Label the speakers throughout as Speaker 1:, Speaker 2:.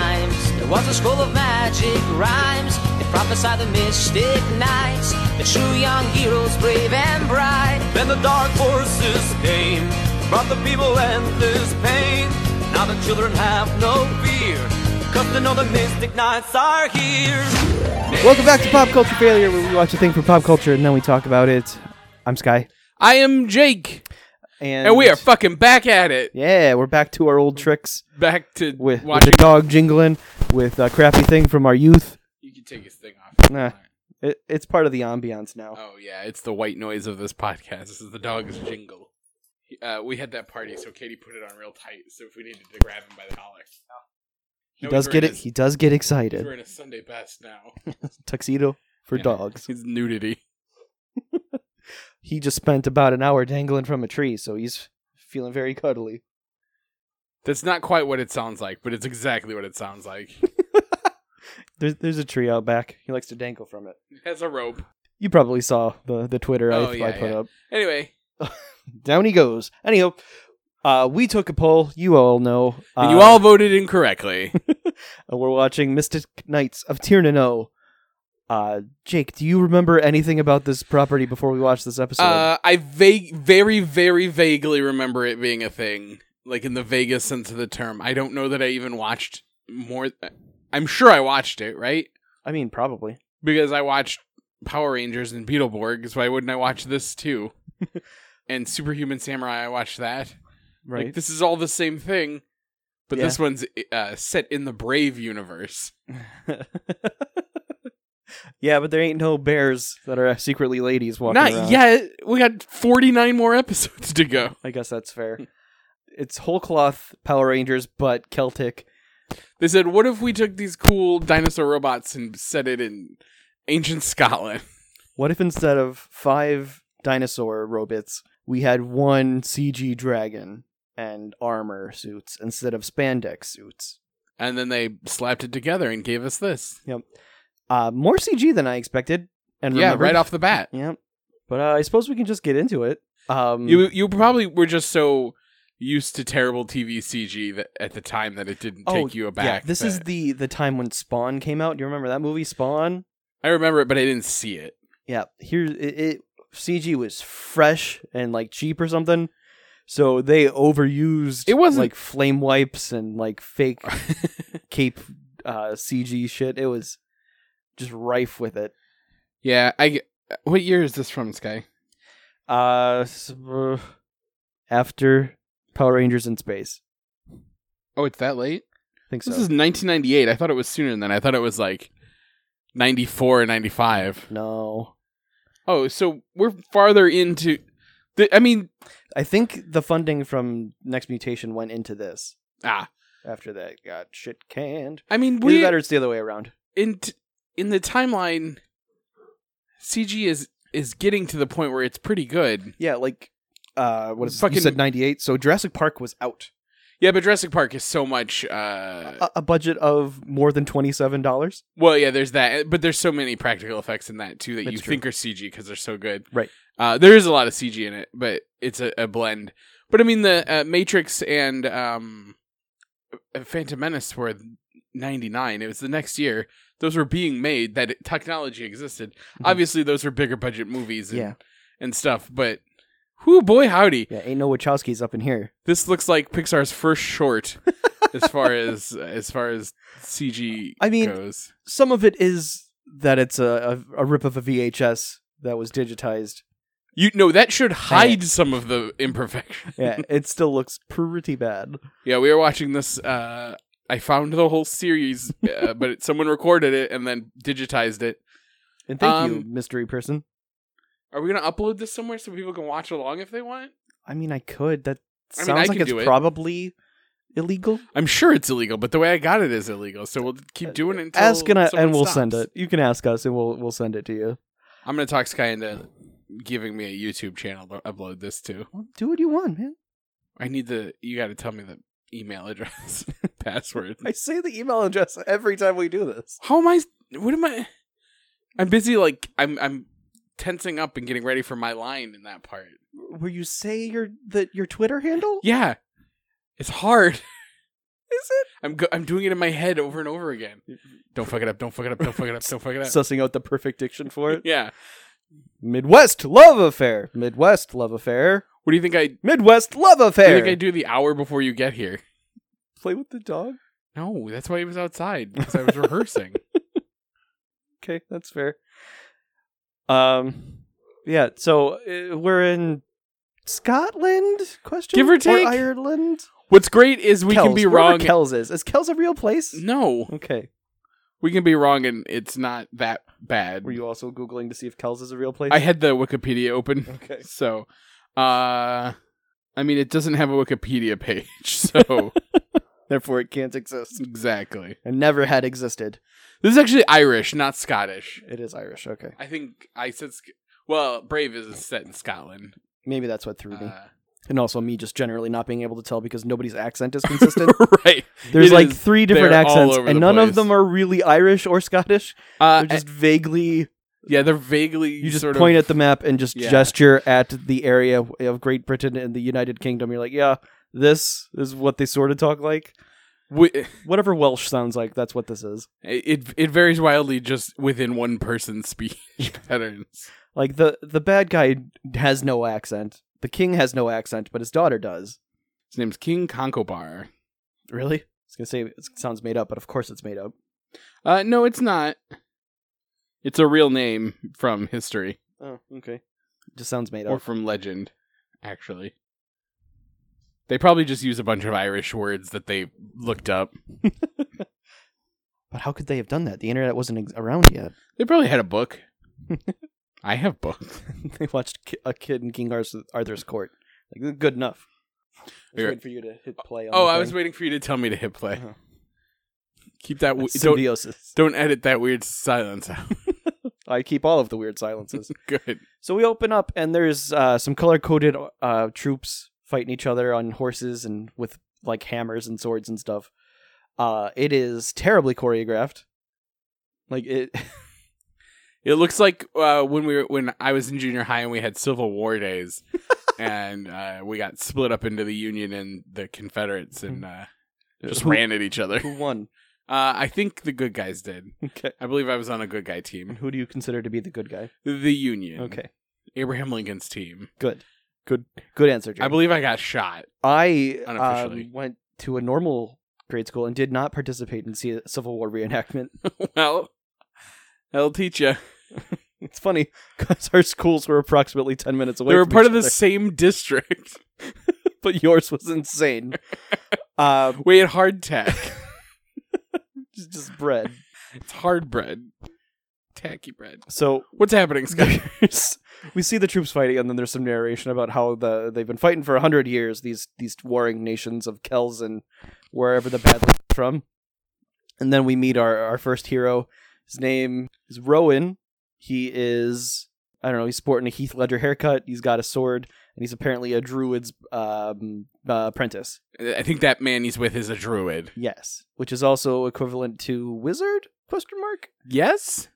Speaker 1: There was a scroll of magic rhymes that prophesied the mystic nights, the true young heroes, brave and bright.
Speaker 2: Then the dark forces came, brought the people endless pain. Now the children have no fear, cause they know the mystic nights are here.
Speaker 3: Welcome back to Pop Culture Failure, where we watch a thing for pop culture and then we talk about it. I'm Sky,
Speaker 4: I am Jake,
Speaker 3: and,
Speaker 4: and we are fucking back at it.
Speaker 3: yeah, we're back to our old tricks
Speaker 4: Back to
Speaker 3: with, with
Speaker 4: watching.
Speaker 3: the dog jingling, with a crappy thing from our youth.
Speaker 4: You can take his thing off.
Speaker 3: Nah. It, it's part of the ambiance now.
Speaker 4: Oh yeah, it's the white noise of this podcast. This is the dog's jingle. Uh, we had that party, so Katie put it on real tight. So if we needed to grab him by the collar,
Speaker 3: He does get it. He does get
Speaker 4: He's
Speaker 3: excited.
Speaker 4: wearing a Sunday best now.
Speaker 3: Tuxedo for
Speaker 4: Yeah.
Speaker 3: dogs.
Speaker 4: His nudity.
Speaker 3: He just spent about an hour dangling from a tree, so he's feeling very cuddly.
Speaker 4: That's not quite what it sounds like, but it's exactly what it sounds like.
Speaker 3: There's there's a tree out back. He likes to dangle from it.
Speaker 4: It has a rope.
Speaker 3: You probably saw the the Twitter
Speaker 4: Oh,
Speaker 3: I,
Speaker 4: yeah,
Speaker 3: I put
Speaker 4: yeah.
Speaker 3: up.
Speaker 4: Anyway,
Speaker 3: Down he goes. Anyhow, uh, we took a poll. You all know. Uh,
Speaker 4: and you all voted incorrectly.
Speaker 3: and we're watching Mystic Knights of Tirnano. Uh, Jake, do you remember anything about this property before we watched this episode?
Speaker 4: Uh, I vague, very, very vaguely remember it being a thing, like in the vaguest sense of the term. I don't know that I even watched more. I'm sure I watched it, right?
Speaker 3: I mean, probably.
Speaker 4: Because I watched Power Rangers and Beetleborgs. Why wouldn't I watch this too? and Superhuman Samurai, I watched that.
Speaker 3: Right.
Speaker 4: Like this is all the same thing, but
Speaker 3: Yeah.
Speaker 4: this one's uh, set in the Brave universe.
Speaker 3: yeah, but there ain't no bears that are secretly ladies walking
Speaker 4: Not
Speaker 3: around.
Speaker 4: yet. We got 49 more episodes to go.
Speaker 3: I guess that's fair. it's whole cloth Power Rangers, but Celtic.
Speaker 4: They said, "What if we took these cool dinosaur robots and set it in ancient Scotland?"
Speaker 3: What if instead of five dinosaur robots, we had one CG dragon and armor suits instead of spandex suits?
Speaker 4: And then they slapped it together and gave us this.
Speaker 3: Uh, more CG than I expected. And
Speaker 4: Yeah,
Speaker 3: remembered.
Speaker 4: right off the bat.
Speaker 3: Yeah, but uh, I suppose we can just get into it. Um,
Speaker 4: You you probably were just so used to terrible TV CG that at the time that it didn't
Speaker 3: Oh,
Speaker 4: take you aback.
Speaker 3: yeah, this is
Speaker 4: that-
Speaker 3: the the time when Spawn came out. Do you remember that movie Spawn?
Speaker 4: I remember it, but I didn't see it.
Speaker 3: Yeah, here it, it CG was fresh and like cheap or something. So they overused
Speaker 4: It wasn't-
Speaker 3: like flame wipes and like fake cape uh, CG shit. It was just rife with it.
Speaker 4: yeah, I. get- What year is this from, Sky?
Speaker 3: Uh, s- uh, after Power Rangers in Space,
Speaker 4: Oh, it's that late.
Speaker 3: I think so.
Speaker 4: This is 1998. I thought it was sooner than that. I thought it was like 94 or 95.
Speaker 3: no,
Speaker 4: Oh, so we're farther into. The, I mean,
Speaker 3: I think the funding from Next Mutation went into this.
Speaker 4: ah,
Speaker 3: After that, got shit canned.
Speaker 4: I mean,
Speaker 3: Either
Speaker 4: we
Speaker 3: that or it's the other way around.
Speaker 4: in t- in the timeline, CG is is getting to the point where it's pretty good.
Speaker 3: Yeah, like uh, what is
Speaker 4: Fucking-
Speaker 3: you said ninety eight? So Jurassic Park was out.
Speaker 4: Yeah, but Jurassic Park is so much. Uh,
Speaker 3: a, a budget of more than twenty seven dollars.
Speaker 4: well, yeah, there's that, eh, but there's so many practical effects in that too that you
Speaker 3: That's true.
Speaker 4: think are CG because they're so good.
Speaker 3: Right.
Speaker 4: Uh, there is a lot of CG in it, but it's a, a blend. But I mean, the uh, Matrix and um, Phantom Menace were. 99 it was the next year those were being made that it- technology existed
Speaker 3: Mhm.
Speaker 4: obviously those were bigger budget movies and
Speaker 3: Yeah,
Speaker 4: and stuff, but whoo boy howdy.
Speaker 3: yeah. Ain't no Wachowskis up in here.
Speaker 4: This looks like Pixar's first short as far as as far as CG
Speaker 3: I mean-
Speaker 4: goes.
Speaker 3: Some of it is that it's a a, a rip of a VHS that was digitized.
Speaker 4: You no, that should hide some of the imperfection.
Speaker 3: Yeah, it still looks pretty bad.
Speaker 4: Yeah, we were watching this uh I found the whole series, uh, but it, someone recorded it and then digitized it.
Speaker 3: And thank you,
Speaker 4: Um,
Speaker 3: mystery person.
Speaker 4: Are we gonna upload this somewhere so people can watch along if they want?
Speaker 3: I mean, I could. That
Speaker 4: I mean,
Speaker 3: sounds
Speaker 4: I
Speaker 3: like
Speaker 4: could
Speaker 3: it's
Speaker 4: do it.
Speaker 3: probably illegal.
Speaker 4: I'm sure it's illegal, but the way I got it is illegal, so we'll keep doing it. Until
Speaker 3: Uh, ask and, I,
Speaker 4: someone
Speaker 3: and we'll
Speaker 4: stops.
Speaker 3: send it. You can ask us, and we'll we'll send it to you.
Speaker 4: I'm gonna talk Sky into giving me a YouTube channel to upload this to.
Speaker 3: Well, do what you want, man.
Speaker 4: I need the. You got to tell me the email address, password.
Speaker 3: I say the email address every time we do this.
Speaker 4: How am I? What am I? I'm busy. Like I'm. I'm tensing up and getting ready for my line in that part.
Speaker 3: Where you say your the your Twitter handle?
Speaker 4: Yeah, it's hard.
Speaker 3: Is it?
Speaker 4: I'm go- I'm doing it in my head over and over again. Don't fuck it up. Don't fuck it up. Don't fuck it up. Don't fuck it up.
Speaker 3: Sussing out the perfect diction for it.
Speaker 4: yeah.
Speaker 3: Midwest love affair. Midwest love affair.
Speaker 4: What do you think I?
Speaker 3: Midwest love
Speaker 4: I
Speaker 3: affair.
Speaker 4: think I do the hour before you get here.
Speaker 3: Play with the dog.
Speaker 4: No, that's why he was outside because I was rehearsing.
Speaker 3: Okay, that's fair. Um, yeah. So uh, we're in Scotland? Question.
Speaker 4: Give or
Speaker 3: Or
Speaker 4: take.
Speaker 3: Ireland.
Speaker 4: What's great is we
Speaker 3: Kells.
Speaker 4: can be
Speaker 3: Wherever
Speaker 4: wrong. Mm-hmm.
Speaker 3: Kells is. Is Kells a real place?
Speaker 4: no,
Speaker 3: Okay.
Speaker 4: we can be wrong, and it's not that bad.
Speaker 3: Were you also googling to see if Kells is a real place?
Speaker 4: I had the Wikipedia open,
Speaker 3: Okay.
Speaker 4: so uh, I mean, it doesn't have a Wikipedia page, so
Speaker 3: Therefore, it can't exist.
Speaker 4: exactly.
Speaker 3: And never had existed.
Speaker 4: This is actually Irish, not Scottish.
Speaker 3: It is Irish. Okay.
Speaker 4: I think I said. Sc- Well, Brave is set in Scotland.
Speaker 3: Maybe that's what threw me.
Speaker 4: Uh,
Speaker 3: And also me just generally not being able to tell because nobody's accent is consistent.
Speaker 4: right.
Speaker 3: There's
Speaker 4: It
Speaker 3: like
Speaker 4: is-
Speaker 3: three different
Speaker 4: they're all
Speaker 3: accents,
Speaker 4: over
Speaker 3: and
Speaker 4: the
Speaker 3: none
Speaker 4: place.
Speaker 3: of them are really Irish or Scottish.
Speaker 4: Uh, eh,
Speaker 3: They're just vaguely.
Speaker 4: yeah, they're vaguely.
Speaker 3: You just
Speaker 4: sort
Speaker 3: point
Speaker 4: of,
Speaker 3: at the map and just
Speaker 4: Yeah.
Speaker 3: gesture at the area of Great Britain and the United Kingdom. You're like, yeah, this is what they sort of talk like.
Speaker 4: wi- eh,
Speaker 3: Whatever Welsh sounds like, that's what this is.
Speaker 4: It it varies wildly just within one person's speech patterns.
Speaker 3: Like the the bad guy has no accent. The king has no accent, but his daughter does.
Speaker 4: His name's King Conkobar.
Speaker 3: Really? I was gonna say it sounds made up, but of course it's made up.
Speaker 4: Uh, no, it's not. It's a real name from history
Speaker 3: Oh, okay. Just sounds made
Speaker 4: or
Speaker 3: up.
Speaker 4: from legend, actually. They probably just use a bunch of Irish words that they looked up.
Speaker 3: But how could they have done that? The internet wasn't ex- around yet.
Speaker 4: They probably had a book. I have books.
Speaker 3: they watched ki- a kid in King Arthur- Arthur's court. Like good enough. I was
Speaker 4: Here.
Speaker 3: waiting for you to hit play. On
Speaker 4: Oh,
Speaker 3: the
Speaker 4: I was
Speaker 3: thing.
Speaker 4: waiting for you to tell me to hit play.
Speaker 3: Uh-huh.
Speaker 4: Keep that w- don't
Speaker 3: symbiosis.
Speaker 4: don't edit that weird silence out.
Speaker 3: I keep all of the weird silences.
Speaker 4: Good.
Speaker 3: so we open up, and there's uh, some color coded uh, troops fighting each other on horses and with like hammers and swords and stuff. Uh, it is terribly choreographed. Like it,
Speaker 4: It looks like uh, when we were, when I was in junior high and we had Civil War days, and uh, we got split up into the Union and the Confederates
Speaker 3: Hmm.
Speaker 4: and uh, just
Speaker 3: who,
Speaker 4: ran at each other.
Speaker 3: Who won?
Speaker 4: Uh, I think the good guys did.
Speaker 3: Okay.
Speaker 4: I believe I was on a good guy
Speaker 3: And
Speaker 4: team,
Speaker 3: who do you consider to be the good guy?
Speaker 4: the Union.
Speaker 3: Okay.
Speaker 4: Abraham Lincoln's team.
Speaker 3: Good. Good. Good answer, Jake.
Speaker 4: I believe I got shot.
Speaker 3: I
Speaker 4: Unofficially.
Speaker 3: um, went to a normal grade school and did not participate in ci- Civil War reenactment.
Speaker 4: well, that'll teach you.
Speaker 3: It's funny because our schools were approximately ten minutes away.
Speaker 4: They were
Speaker 3: from
Speaker 4: part
Speaker 3: each
Speaker 4: of the
Speaker 3: other,
Speaker 4: same district.
Speaker 3: but yours was insane. um,
Speaker 4: We had hardtack.
Speaker 3: just, just bread.
Speaker 4: it's hard bread, tacky bread.
Speaker 3: So
Speaker 4: What's happening, Scott?
Speaker 3: there's- we see the troops fighting, and then there's some narration about how the they've been fighting for hundred years. These these warring nations of Kells and wherever the bad luck is from, and then we meet our our first hero. His name is Rowan. He is I don't know. He's sporting a Heath Ledger haircut. He's got a sword, and he's apparently a druid's um, uh, apprentice.
Speaker 4: I think that man he's with is a druid.
Speaker 3: Yes, which is also equivalent to wizard question mark
Speaker 4: Yes.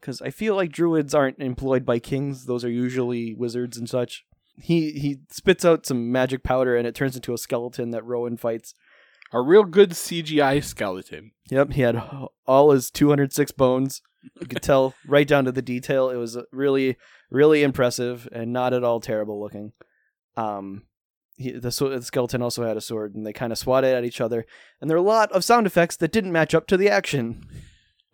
Speaker 3: because I feel like druids aren't employed by kings; those are usually wizards and such. He he spits out some magic powder, and it turns into a skeleton that Rowan fights.
Speaker 4: A real good CGI skeleton.
Speaker 3: Yep, he had all his 206 bones. You could tell right down to the detail. It was really, really impressive and not at all terrible looking. Um, he, the, sw- the skeleton also had a sword, and they kind of swatted at each other. And there are a lot of sound effects that didn't match up to the action.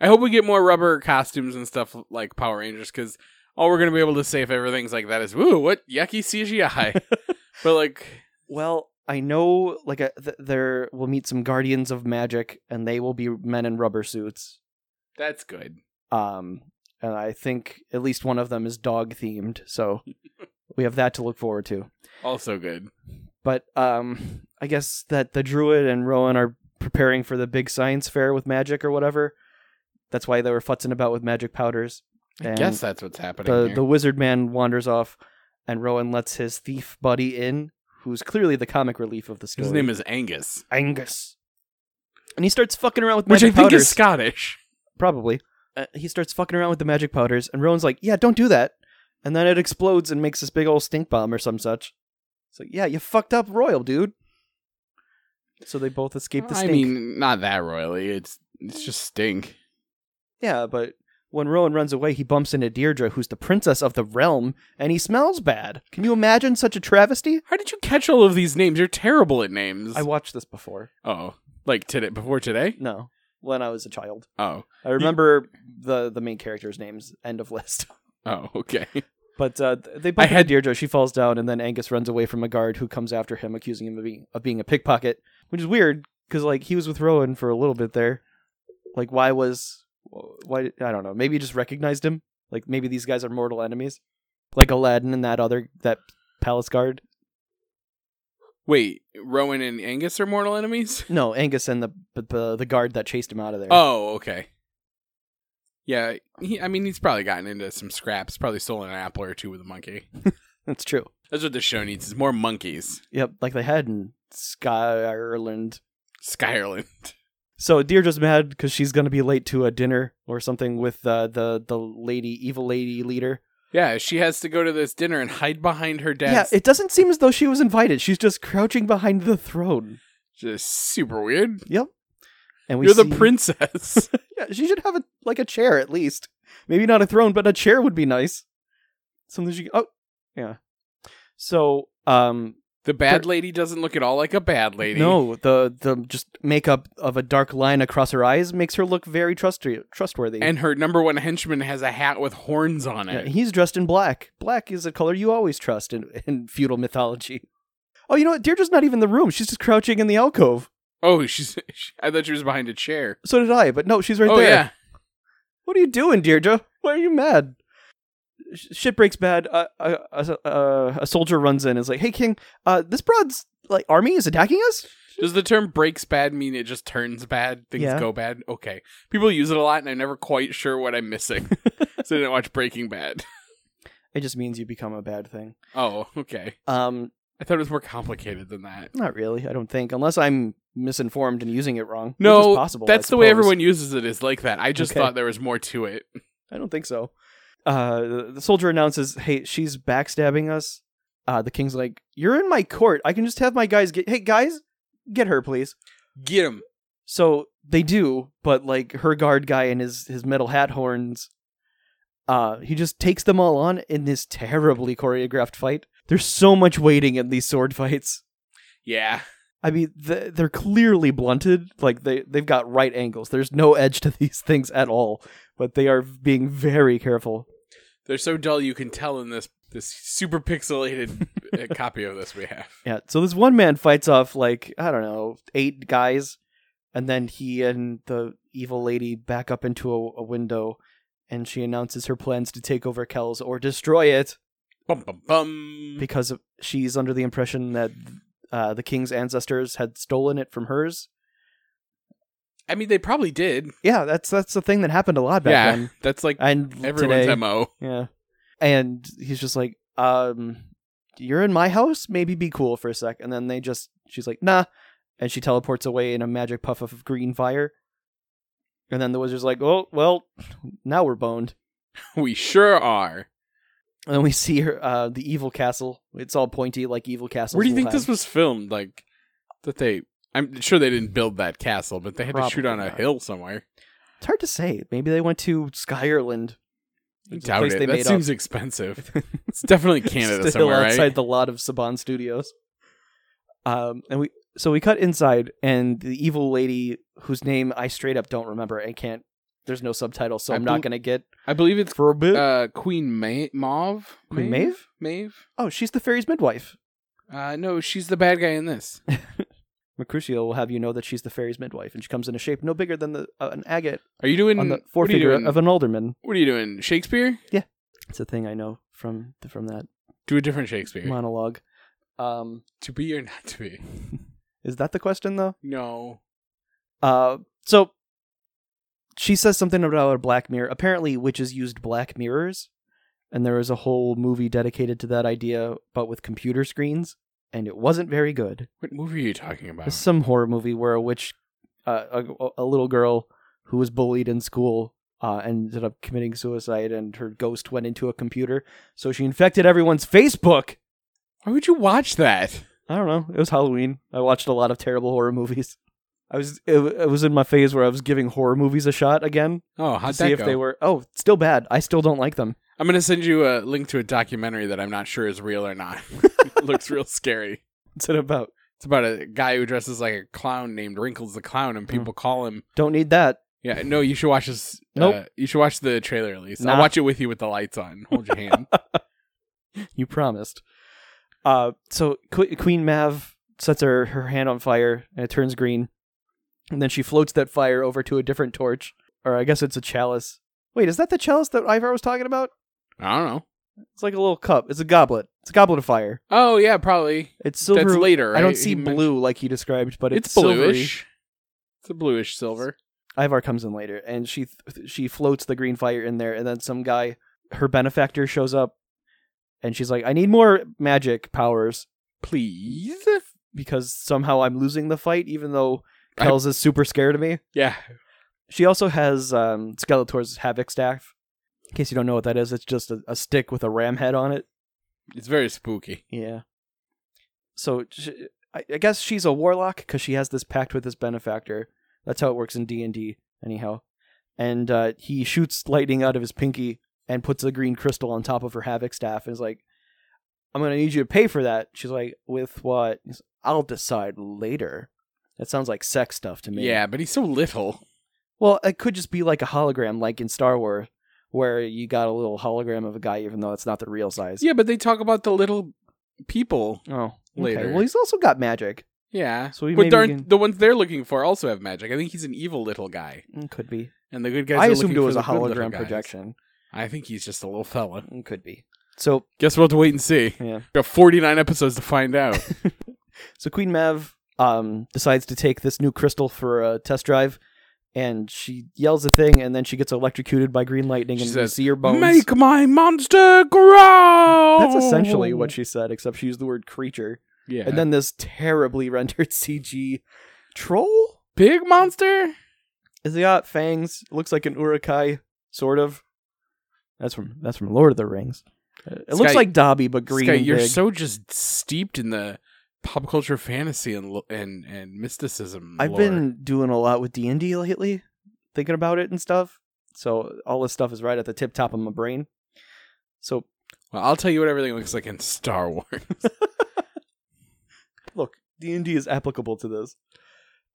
Speaker 4: I hope we get more rubber costumes and stuff like Power Rangers because all we're going to be able to say if everything's like that is, woo, what yucky CGI. but like,
Speaker 3: Well, I know like a, th- there we'll meet some guardians of magic, and they will be men in rubber suits.
Speaker 4: that's good.
Speaker 3: Um, and I think at least one of them is dog themed, so we have that to look forward to.
Speaker 4: Also good.
Speaker 3: But um, I guess that the druid and Rowan are preparing for the big science fair with magic or whatever. That's why they were futzing about with magic powders.
Speaker 4: I
Speaker 3: And
Speaker 4: guess that's what's happening.
Speaker 3: the
Speaker 4: here.
Speaker 3: the wizard man wanders off, and Rowan lets his thief buddy in, who's clearly the comic relief of the story.
Speaker 4: His name is Angus,
Speaker 3: Angus. And he starts fucking around with
Speaker 4: which I
Speaker 3: magic
Speaker 4: think
Speaker 3: powders.
Speaker 4: is Scottish.
Speaker 3: probably. Uh, he starts fucking around with the magic powders, and Rowan's like, "Yeah, don't do that." And then it explodes and makes this big old stink bomb or some such. It's like, "Yeah, you fucked up, royal dude." so they both escape the
Speaker 4: I
Speaker 3: stink.
Speaker 4: mean, not that royally. It's it's just stink.
Speaker 3: yeah, but when Rowan runs away, he bumps into Deirdre, who's the princess of the realm, and he smells bad. Can you imagine such a travesty?
Speaker 4: How did you catch all of these names? You're terrible at names.
Speaker 3: I watched this before.
Speaker 4: oh, like today before today?
Speaker 3: No, when I was a child,
Speaker 4: Oh,
Speaker 3: I remember the the main characters' names. End of list.
Speaker 4: oh, okay.
Speaker 3: But uh, th- they
Speaker 4: I
Speaker 3: bump
Speaker 4: had-
Speaker 3: had Deirdre. She falls down, and then Angus runs away from a guard who comes after him, accusing him of being, of being a pickpocket, which is weird because like he was with Rowan for a little bit there. Like, why was why I don't know. Maybe he just recognized him. Like maybe these guys are mortal enemies, like Aladdin and that other that palace guard.
Speaker 4: Wait, Rowan and Angus are mortal enemies?
Speaker 3: No, Angus and the the, the guard that chased him out of there.
Speaker 4: Oh, okay. Yeah, he, I mean, he's probably gotten into some scraps. Probably stolen an apple or two with a monkey.
Speaker 3: That's true.
Speaker 4: That's what the show needs: is more monkeys.
Speaker 3: Yep, like they had in Skyland.
Speaker 4: Skyland.
Speaker 3: So Deirdre's mad because she's gonna be late to a dinner or something with uh, the the lady, evil lady leader.
Speaker 4: Yeah, she has to go to this dinner and hide behind her
Speaker 3: Yeah,
Speaker 4: dad's
Speaker 3: it doesn't seem as though she was invited. She's just crouching behind the throne.
Speaker 4: Just super weird.
Speaker 3: Yep. And we
Speaker 4: You're the
Speaker 3: see-
Speaker 4: princess.
Speaker 3: Yeah, she should have a like a chair at least. Maybe not a throne, but a chair would be nice. Something she oh yeah. So um
Speaker 4: the bad lady doesn't look at all like a bad lady.
Speaker 3: no the the just makeup of a dark line across her eyes makes her look very trustworthy. Trustworthy.
Speaker 4: And her number one henchman has a hat with horns on
Speaker 3: Yeah,
Speaker 4: it.
Speaker 3: he's dressed in black. Black is a color you always trust in, in feudal mythology. Oh, you know what? Deirdre's not even in the room. She's just crouching in the alcove.
Speaker 4: oh, she's. She, I thought she was behind a chair.
Speaker 3: So did I, but no, she's right
Speaker 4: oh
Speaker 3: there.
Speaker 4: yeah.
Speaker 3: What are you doing, Deirdre? Why are you mad? Sh- Shit breaks bad. Uh, uh, uh, uh, a soldier runs in and is like, "Hey, King, uh, this broad's like army is attacking us."
Speaker 4: Does the term breaks bad mean it just turns bad? Things
Speaker 3: Yeah.
Speaker 4: go bad? Okay. People use it a lot, and I'm never quite sure what I'm missing. so I didn't watch Breaking Bad.
Speaker 3: It just means you become a bad thing.
Speaker 4: Oh, okay.
Speaker 3: Um,
Speaker 4: I thought it was more complicated than that.
Speaker 3: not really. I don't think, unless I'm misinformed and using it wrong. which
Speaker 4: No,
Speaker 3: is possible. I
Speaker 4: that's the way
Speaker 3: suppose.
Speaker 4: everyone uses it. Is like that. I just
Speaker 3: Okay.
Speaker 4: thought there was more to it.
Speaker 3: I don't think so. Uh, the- the soldier announces, "Hey, she's backstabbing us." Uh, the king's like, "You're in my court. I can just have my guys get. Hey, guys, get her, please."
Speaker 4: Get him.
Speaker 3: So they do, but like her guard guy and his his metal hat horns, uh, he just takes them all on in this terribly choreographed fight. There's so much waiting in these sword fights.
Speaker 4: Yeah.
Speaker 3: I mean, th- they're clearly blunted. Like they they've got right angles. There's no edge to these things at all, but they are being very careful.
Speaker 4: They're so dull you can tell in this this super pixelated uh, copy of this we have.
Speaker 3: Yeah. So this one man fights off like I don't know eight guys, and then he and the evil lady back up into a, a window, and she announces her plans to take over Kells or destroy it
Speaker 4: Bum bum bum.
Speaker 3: because of- she's under the impression that uh, the king's ancestors had stolen it from hers.
Speaker 4: I mean, they probably did.
Speaker 3: Yeah, that's that's the thing that happened a lot back
Speaker 4: yeah,
Speaker 3: then.
Speaker 4: that's like
Speaker 3: And
Speaker 4: everyone's
Speaker 3: today,
Speaker 4: mo.
Speaker 3: yeah. And he's just like, um, you're in my house? Maybe be cool for a sec. And then they just, she's like, nah. And she teleports away in a magic puff of green fire. And then the wizard's like, oh, well, now we're boned.
Speaker 4: We sure are.
Speaker 3: And then we see her, uh, the evil castle. It's all pointy like evil castles.
Speaker 4: Where do you
Speaker 3: will
Speaker 4: think this
Speaker 3: have.
Speaker 4: was filmed? Like that they? I'm sure they didn't build that castle, but they had to shoot
Speaker 3: Probably
Speaker 4: on a
Speaker 3: not.
Speaker 4: hill somewhere.
Speaker 3: It's hard to say. Maybe they went to Skyerland.
Speaker 4: I
Speaker 3: which is a
Speaker 4: doubt
Speaker 3: place
Speaker 4: it.
Speaker 3: they
Speaker 4: That
Speaker 3: made
Speaker 4: seems
Speaker 3: up.
Speaker 4: expensive. It's definitely Canada
Speaker 3: Still
Speaker 4: somewhere,
Speaker 3: outside
Speaker 4: right?
Speaker 3: the lot of Saban Studios. Um, and we so we cut inside, and the evil lady whose name I straight up don't remember and can't. There's no subtitle, so
Speaker 4: I
Speaker 3: I'm not
Speaker 4: bel-
Speaker 3: gonna get
Speaker 4: I believe it's
Speaker 3: for a bit.
Speaker 4: uh, Queen Ma- Mauve.
Speaker 3: Queen Maeve?
Speaker 4: Maeve.
Speaker 3: oh, she's the fairy's midwife.
Speaker 4: Uh, no, she's the bad guy in this.
Speaker 3: Mercutio will have you know that she's the fairy's midwife, and she comes in a shape no bigger than the uh, an agate
Speaker 4: Are you doing
Speaker 3: on the
Speaker 4: what are you
Speaker 3: forefigure
Speaker 4: doing?
Speaker 3: of an alderman.
Speaker 4: What are you doing? Shakespeare?
Speaker 3: It's a thing I know from from that
Speaker 4: Do a different Shakespeare.
Speaker 3: monologue. Um,
Speaker 4: To be or not to be?
Speaker 3: is that the question though?
Speaker 4: No.
Speaker 3: Uh, so she says something about a black mirror. Apparently, witches used black mirrors, and there was a whole movie dedicated to that idea, but with computer screens, and it wasn't very good.
Speaker 4: What movie are you talking about?
Speaker 3: It's some horror movie where a witch, uh, a, a little girl who was bullied in school. Uh, ended up committing suicide and her ghost went into a computer so she infected everyone's facebook
Speaker 4: Why would you watch that?
Speaker 3: I don't know. It was Halloween. I watched a lot of terrible horror movies. I was it, w- it was in my phase where I was giving horror movies a shot again
Speaker 4: Oh,
Speaker 3: to
Speaker 4: how'd
Speaker 3: see
Speaker 4: that
Speaker 3: if
Speaker 4: go?
Speaker 3: they were. Oh, still bad. I still don't like them.
Speaker 4: I'm gonna send you a link to a documentary that I'm not sure is real or not. it looks real scary.
Speaker 3: What's it about?
Speaker 4: It's about a guy who dresses like a clown named Wrinkles the Clown, and
Speaker 3: Mm.
Speaker 4: people call him.
Speaker 3: Don't need that.
Speaker 4: Yeah, no, you should watch this. Uh,
Speaker 3: Nope.
Speaker 4: you should watch the trailer at least. I'll
Speaker 3: Nah.
Speaker 4: watch it with you with the lights on. Hold your hand.
Speaker 3: You promised. Uh, so Qu- Queen Mav sets her, her hand on fire and it turns green, and then she floats that fire over to a different torch, or I guess it's a chalice. Wait, is that the chalice that Ivar was talking about?
Speaker 4: I don't know.
Speaker 3: It's like a little cup. It's a goblet. It's a goblet of fire.
Speaker 4: Oh yeah, probably.
Speaker 3: It's silver.
Speaker 4: That's later.
Speaker 3: I don't
Speaker 4: right?
Speaker 3: see
Speaker 4: He men-
Speaker 3: blue like he described, but it's,
Speaker 4: It's bluish. It's a bluish silver.
Speaker 3: Silvery. Ivar comes in later, and she th- she floats the green fire in there, and then some guy, her benefactor, shows up, and she's like, "I need more magic powers
Speaker 4: Please.
Speaker 3: because somehow I'm losing the fight, even though Kells is super scared of me."
Speaker 4: Yeah.
Speaker 3: She also has um, Skeletor's havoc staff. In case you don't know what that is, it's just a, a stick with a ram head on it.
Speaker 4: It's very spooky.
Speaker 3: Yeah. So sh I, I guess she's a warlock because she has this pact with this benefactor. That's how it works in D and D, anyhow. And uh, he shoots lightning out of his pinky and puts a green crystal on top of her havoc staff and is like, "I'm gonna need you to pay for that." She's like, "With what?" He's, I'll decide later. That sounds like sex stuff to me.
Speaker 4: Yeah, but he's so little.
Speaker 3: Well, it could just be like a hologram, like in Star Wars, where you got a little hologram of a guy, even though it's not the real size.
Speaker 4: Yeah, but they talk about the little people.
Speaker 3: Oh, okay.
Speaker 4: Later.
Speaker 3: Well, he's also got magic.
Speaker 4: Yeah.
Speaker 3: So we
Speaker 4: but
Speaker 3: maybe
Speaker 4: darn,
Speaker 3: can-
Speaker 4: the ones they're looking for also have magic. I think he's an evil little guy,
Speaker 3: Mm, Could be.
Speaker 4: and the good guys.
Speaker 3: I
Speaker 4: are
Speaker 3: assumed
Speaker 4: looking
Speaker 3: it
Speaker 4: for
Speaker 3: was
Speaker 4: the
Speaker 3: a
Speaker 4: good little
Speaker 3: hologram
Speaker 4: guys.
Speaker 3: projection.
Speaker 4: I think he's just a little fella.
Speaker 3: Mm, Could be. So
Speaker 4: Guess we'll have to wait and see.
Speaker 3: yeah.
Speaker 4: Got 49 episodes to find out.
Speaker 3: So Queen Mav um decides to take this new crystal for a test drive, and she yells a thing, and then she gets electrocuted by green lightning,
Speaker 4: She
Speaker 3: and
Speaker 4: says,
Speaker 3: you see her bones.
Speaker 4: Make my monster grow.
Speaker 3: That's essentially what she said, except she used the word creature,
Speaker 4: Yeah.
Speaker 3: and then this terribly rendered CG troll.
Speaker 4: big monster.
Speaker 3: Is he got fangs? Looks like an urukai, sort of. That's from that's from Lord of the Rings. Uh, It looks
Speaker 4: Sky-
Speaker 3: like Dobby, but green.
Speaker 4: Sky,
Speaker 3: and
Speaker 4: you're
Speaker 3: big.
Speaker 4: so just steeped in the pop culture fantasy and lo- and and mysticism.
Speaker 3: I've
Speaker 4: lore.
Speaker 3: been doing a lot with D and D lately, thinking about it and stuff. So all this stuff is right at the tip top of my brain. So
Speaker 4: Well, I'll tell you what everything looks like in Star Wars.
Speaker 3: look, D and D is applicable to this.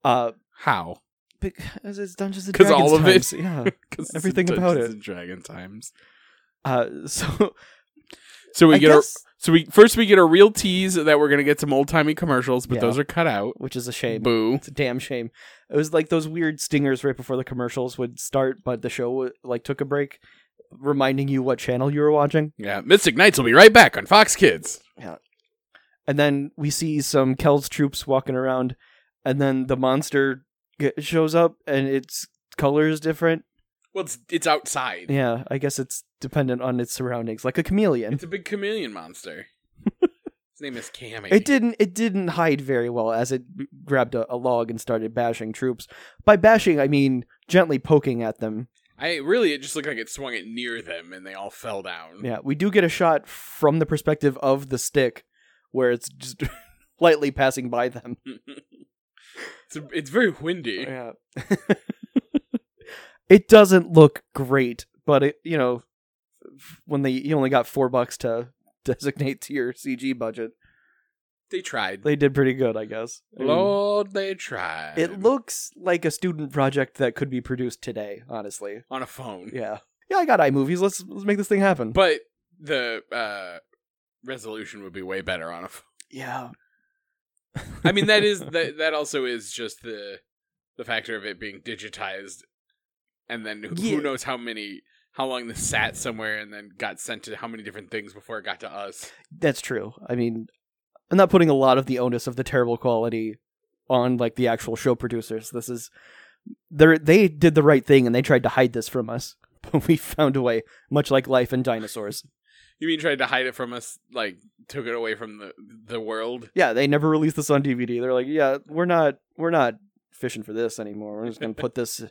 Speaker 3: Uh,
Speaker 4: How?
Speaker 3: because it's Dungeons and
Speaker 4: 'Cause
Speaker 3: Dragons.
Speaker 4: all of it.
Speaker 3: times, Yeah.
Speaker 4: 'Cause it's
Speaker 3: Everything
Speaker 4: in
Speaker 3: about
Speaker 4: Dungeons
Speaker 3: it.
Speaker 4: and Dragon times.
Speaker 3: Uh, so
Speaker 4: So we
Speaker 3: I
Speaker 4: get
Speaker 3: guess,
Speaker 4: our so we first we get a real tease that we're gonna get some old timey commercials, but
Speaker 3: Yeah.
Speaker 4: those are cut out.
Speaker 3: which is a shame.
Speaker 4: Boo.
Speaker 3: It's a damn shame. It was like those weird stingers right before the commercials would start, but the show would- like took a break, reminding you what channel you were watching.
Speaker 4: Yeah, Mystic Knights will be right back on Fox Kids.
Speaker 3: And then we see some Kells troops walking around, and then the monster ge- shows up, and its color is different.
Speaker 4: Well, it's it's outside.
Speaker 3: Yeah, I guess it's dependent on its surroundings, like a chameleon.
Speaker 4: It's a big chameleon monster. His name is Cammy.
Speaker 3: It didn't. It didn't hide very well as it b- grabbed a, a log and started bashing troops. By bashing, I mean gently poking at them.
Speaker 4: I really it just looked like it swung it near them and they all fell down.
Speaker 3: Yeah, we do get a shot from the perspective of the stick where it's just lightly passing by them.
Speaker 4: It's, it's very windy.
Speaker 3: Oh, Yeah. it doesn't look great, but it, you know, when they you only got 4 bucks to designate to your CG budget,
Speaker 4: They tried.
Speaker 3: they did pretty good, I guess. I mean,
Speaker 4: Lord, they tried.
Speaker 3: it looks like a student project that could be produced today, honestly.
Speaker 4: on a phone.
Speaker 3: Yeah. Yeah, I got iMovies. Let's let's make this thing happen.
Speaker 4: But the uh resolution would be way better on a phone.
Speaker 3: yeah.
Speaker 4: I mean that is that that also is just the the factor of it being digitized and then who,
Speaker 3: Yeah.
Speaker 4: who knows how many how long this sat somewhere and then got sent to how many different things before it got to us.
Speaker 3: That's true. I mean, I'm not putting a lot of the onus of the terrible quality on like the actual show producers. This is they they did the right thing and they tried to hide this from us, but we found a way, much like life and dinosaurs.
Speaker 4: You mean tried to hide it from us, like took it away from the the world?
Speaker 3: Yeah, they never released this on DVD. They're like, yeah, we're not we're not fishing for this anymore. We're just gonna put this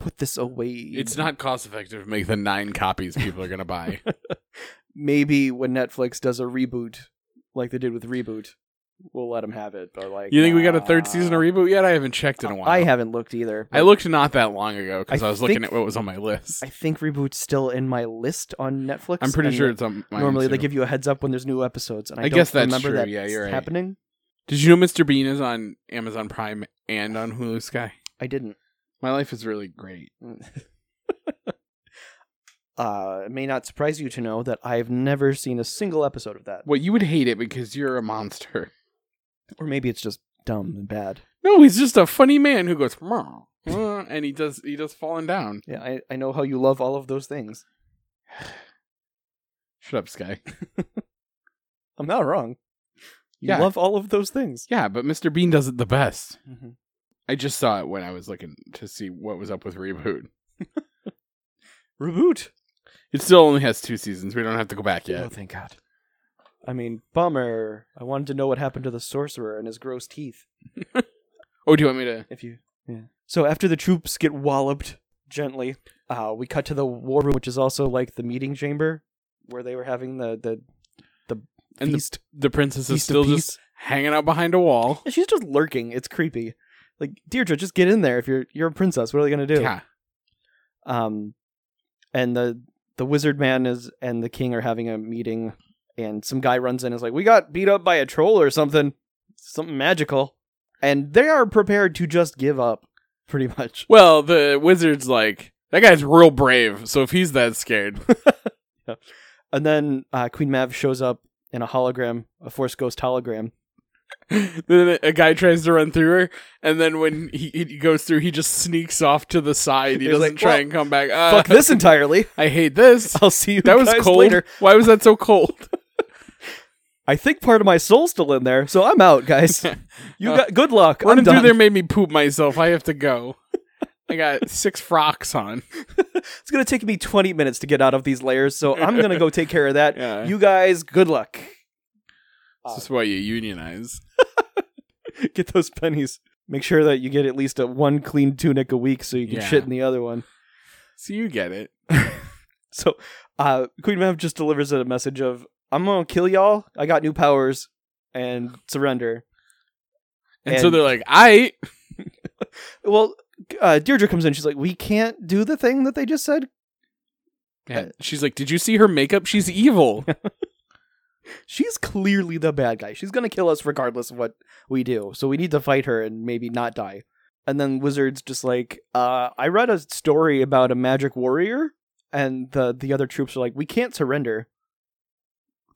Speaker 3: put this away.
Speaker 4: It's not cost effective to make the nine copies people are gonna buy.
Speaker 3: maybe when Netflix does a reboot like they did with reboot. we'll let him have it. But like,
Speaker 4: You think we got a third
Speaker 3: nah.
Speaker 4: season or reboot yet? I haven't checked in a while.
Speaker 3: I haven't looked either.
Speaker 4: I looked not that long ago because
Speaker 3: I
Speaker 4: I, was looking
Speaker 3: think-
Speaker 4: at what was on my list.
Speaker 3: I think reboot's still in my list on Netflix.
Speaker 4: I'm pretty
Speaker 3: and
Speaker 4: sure it's on mine
Speaker 3: normally they
Speaker 4: too.
Speaker 3: give you a heads up when there's new episodes, and I,
Speaker 4: I
Speaker 3: don't
Speaker 4: guess that's
Speaker 3: remember
Speaker 4: true.
Speaker 3: that
Speaker 4: Yeah, you're right.
Speaker 3: happening.
Speaker 4: Did you know Mr. Bean is on Amazon Prime and on Hulu Sky?
Speaker 3: I didn't.
Speaker 4: My life is really great.
Speaker 3: Uh, it may not surprise you to know that I've never seen a single episode of that,
Speaker 4: Well, you would hate it because you're a monster.
Speaker 3: or maybe it's just dumb and bad.
Speaker 4: No, he's just a funny man who goes "Meow, meow," and he does he does falling down.
Speaker 3: Yeah, I, I know how you love all of those things.
Speaker 4: Shut up, Sky.
Speaker 3: I'm not wrong. You
Speaker 4: Yeah.
Speaker 3: love all of those things.
Speaker 4: Yeah, but Mr. Bean does it the best.
Speaker 3: Mhm.
Speaker 4: I just saw it when I was looking to see what was up with reboot.
Speaker 3: Reboot.
Speaker 4: It still only has two seasons. We don't have to go back
Speaker 3: Oh,
Speaker 4: yet.
Speaker 3: thank God. I mean, bummer. I wanted to know what happened to the sorcerer and his gross teeth.
Speaker 4: Oh, do you want me to?
Speaker 3: If you, yeah. So after the troops get walloped gently, uh, we cut to the war room, which is also like the meeting chamber where they were having the the
Speaker 4: And the,
Speaker 3: feast.
Speaker 4: the princess is
Speaker 3: feast of
Speaker 4: still
Speaker 3: peace.
Speaker 4: just hanging out behind a wall.
Speaker 3: Yeah, She's just lurking. It's creepy. Like Deirdre, just get in there. If you're you're a princess, what are they gonna do?
Speaker 4: Yeah,
Speaker 3: Um, and the the wizard man is and the king are having a meeting, and some guy runs in and is like, "We got beat up by a troll or something, something magical," and they are prepared to just give up, pretty much.
Speaker 4: Well, the wizard's like, that guy's real brave, so if he's that scared.
Speaker 3: And then uh, Queen Mav shows up in a hologram, a Force Ghost hologram.
Speaker 4: then a guy tries to run through her, and then when he, he goes through, he just sneaks off to the side. He
Speaker 3: He's
Speaker 4: doesn't
Speaker 3: like,
Speaker 4: try
Speaker 3: "Well,
Speaker 4: and come back. Uh,
Speaker 3: Fuck this entirely.
Speaker 4: I hate this.
Speaker 3: I'll see you
Speaker 4: That was
Speaker 3: guys
Speaker 4: cold.
Speaker 3: later.
Speaker 4: Why was that so cold?
Speaker 3: I think part of my soul's still in there, so I'm out, guys. You got good luck. I'm
Speaker 4: Running Uh, through
Speaker 3: done.
Speaker 4: there made me poop myself. I have to go. I got six frocks on.
Speaker 3: It's gonna take me 20 minutes to get out of these layers, so I'm gonna go take care of that.
Speaker 4: Yeah.
Speaker 3: You guys, good luck.
Speaker 4: This is why you unionize.
Speaker 3: Get those pennies. Make sure that you get at least a one clean tunic a week, so you can
Speaker 4: Yeah.
Speaker 3: shit in the other one.
Speaker 4: So you get it.
Speaker 3: So, uh, Queen Mav just delivers a message of, "I'm gonna kill y'all. I got new powers, and surrender."
Speaker 4: And, so
Speaker 3: And-
Speaker 4: they're like, I.
Speaker 3: Well, uh, Deirdre comes in. She's like, "We can't do the thing that they just said."
Speaker 4: Yeah. She's like, Did you see her makeup? She's evil.
Speaker 3: She's clearly the bad guy. She's gonna kill us regardless of what we do. So we need to fight her and maybe not die. And then Wizard's just like, uh, "I read a story about a magic warrior," and the the other troops are like, "We can't surrender."